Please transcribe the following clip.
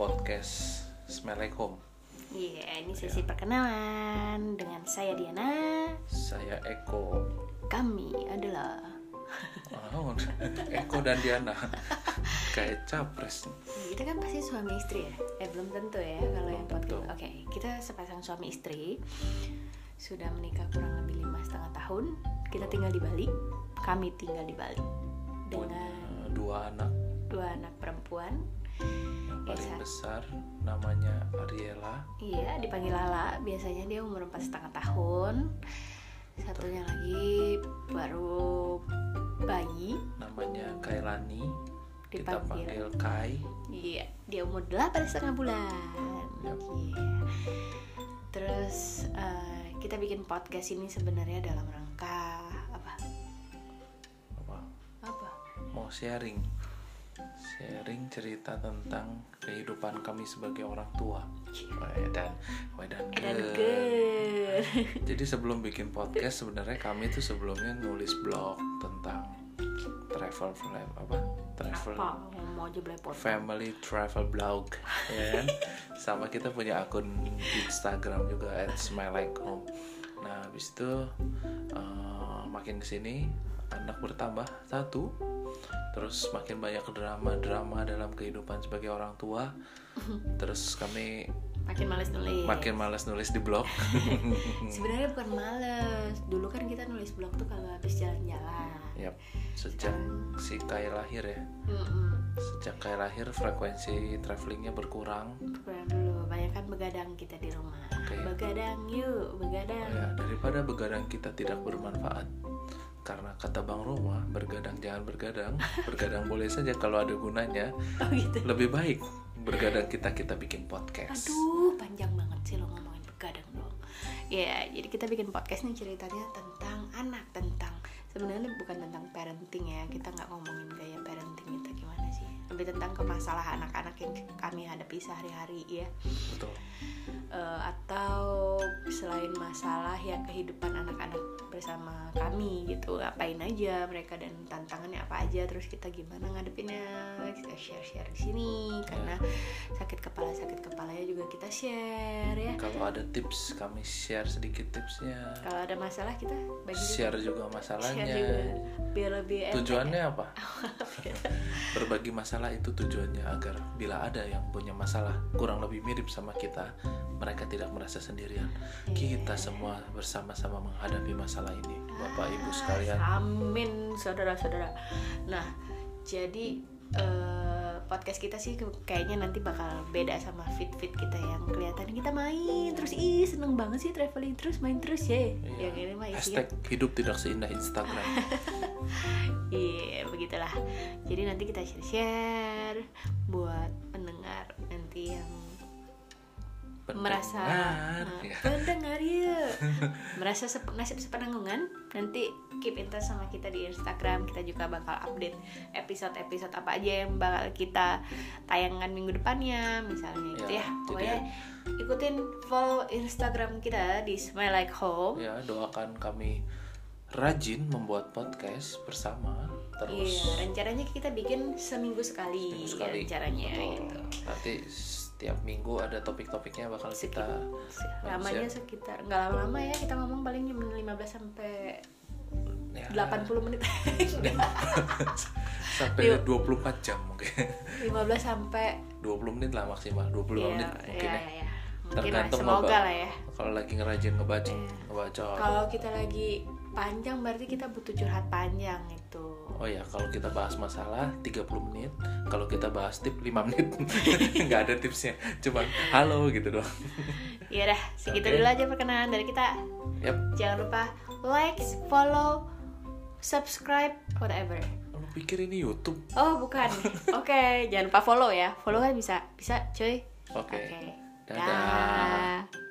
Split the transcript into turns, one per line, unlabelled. podcast Smell Like Home.
Iya, ini sesi perkenalan dengan saya Diana.
Saya Eko.
Kami adalah
Oh, Eko dan Diana. Kayak capres.
kita kan pasti suami istri ya. Eh belum tentu ya kalau yang podcast.
tentu.
Oke, kita sepasang suami istri sudah menikah kurang lebih lima setengah tahun. Kita tinggal di Bali. Kami tinggal di Bali
Punya
dengan
dua anak.
dua anak perempuan.
Yang paling
Esa.
besar namanya Ariela.
Iya, dipanggil Lala. Biasanya dia umur empat setengah tahun. Satunya lagi baru bayi
Namanya Kailani. Kita
dipanggil.
panggil Kai.
Iya, dia umur delapan setengah bulan. Iya.
Yap.
Terus eh, kita bikin podcast ini sebenarnya dalam rangka apa?
Apa?
Apa?
Mau sharing. Sharing cerita tentang kehidupan kami sebagai orang tua. Wedan, Wedan
Edan
Ge.
Ger.
Jadi sebelum bikin podcast sebenarnya kami tuh sebelumnya nulis blog tentang travel vlog apa travel
Apa? Yang mau aja beli podcast.
family travel blog ya kan? sama kita punya akun Instagram juga at @smilehome. Nah habis itu eh, makin kesini anak bertambah satu terus makin banyak drama-drama dalam kehidupan sebagai orang tua terus kami
Makin males nulis.
makin hmm. malas nulis di blog
Sebenarnya bukan males. Dulu kan kita nulis blog tuh kalau habis jalan-jalan.
Yap, sejak si Kai lahir ya.
Mm-mm.
Sejak Kai lahir frekuensi travelingnya berkurang.
Kurang dulu, banyak kan begadang kita di rumah.
Oke.
Begadang
Oh
yuk, begadang.
ya, daripada begadang kita tidak bermanfaat. Karena kata Bang Roma, bergadang jangan bergadang. Bergadang boleh saja kalau ada gunanya.
Oh gitu.
Lebih baik bergadang kita kita bikin podcast.
Aduh, panjang banget sih lo ngomongin begadang dong. Ya, jadi kita bikin podcast nih ceritanya tentang anak, tentang sebenarnya bukan tentang parenting ya. Kita nggak ngomongin gaya parenting kita gimana sih. Lebih tentang kemasalahan anak-anak yang kami hadapi sehari-hari ya.
Betul.
Eh, atau selain masalah ya kehidupan anak-anak bersama kami gitu ngapain aja mereka dan tantangannya apa aja terus kita gimana ngadepinnya kita share-share di sini karena sakit kepala sakit kepalanya juga kita share ya
Kalau ada tips kami share sedikit tipsnya.
kalau ada masalah kita bagi juga.
Share juga
share juga
masalahnya.
biar lebih enak
Tujuannya apa? Berbagi masalah itu tujuannya agar bila ada yang punya masalah kurang lebih mirip sama kita, mereka tidak merasa sendirian.
Iya.
Kita semua bersama-sama menghadapi masalah ini, Bapak
Ah,
Ibu sekalian.
Amin, saudara-saudara. Nah, jadi eh, podcast kita sih ke- kayaknya nanti bakal beda sama fit fit kita yang kelihatan kita main terus ih seneng banget sih traveling terus main terus ya.
Iya.
Yang ini mah isinya
Hashtag hidup tidak seindah Instagram.
iya begitulah. Jadi nanti kita share share buat pendengar nanti yang merasa
Pendengar,
Nah,
ya.
pendengar ya merasa sep- nasib sepenanggungan nanti keep in touch sama kita di Instagram kita juga bakal update episode episode apa aja yang bakal kita tayangkan minggu depannya misalnya
Ya,
gitu ya
jadi-
pokoknya ikutin follow Instagram kita di Smile Like Home
Ya, doakan kami rajin membuat podcast bersama Ya, terus.
Iya, rencananya kita bikin seminggu sekali,
Minggu sekali.
rencananya
Betul.
gitu.
Nanti setiap minggu ada topik-topiknya bakal
Sekitar-
kita
Lamanya sekitar nggak lama-lama ya kita ngomong paling cuma 15 sampai
ya,
80 menit.
sampai
Yuk.
24 jam mungkin
15 sampai
20 menit lah maksimal 25
Iya,
menit mungkin
iya,
ya
iya. Mungkin lah,
Tergantung
semoga
apa.
lah ya.
kalau lagi ngerajin ngebaca
Iya.
ngebaca
Kalau kita lagi panjang berarti kita butuh curhat panjang itu.
oh ya kalau kita bahas masalah 30 menit kalau kita bahas tip 5 menit nggak ada tipsnya cuman halo gitu doang
Iya dah, segitu
Oke.
dulu aja perkenalan dari kita.
Yap.
Jangan lupa like, follow, subscribe, whatever.
lu pikir ini YouTube
Oh, bukan. Oke, jangan lupa follow ya. Follow kan bisa, bisa, cuy.
oke
Oke.
dadah
Dah.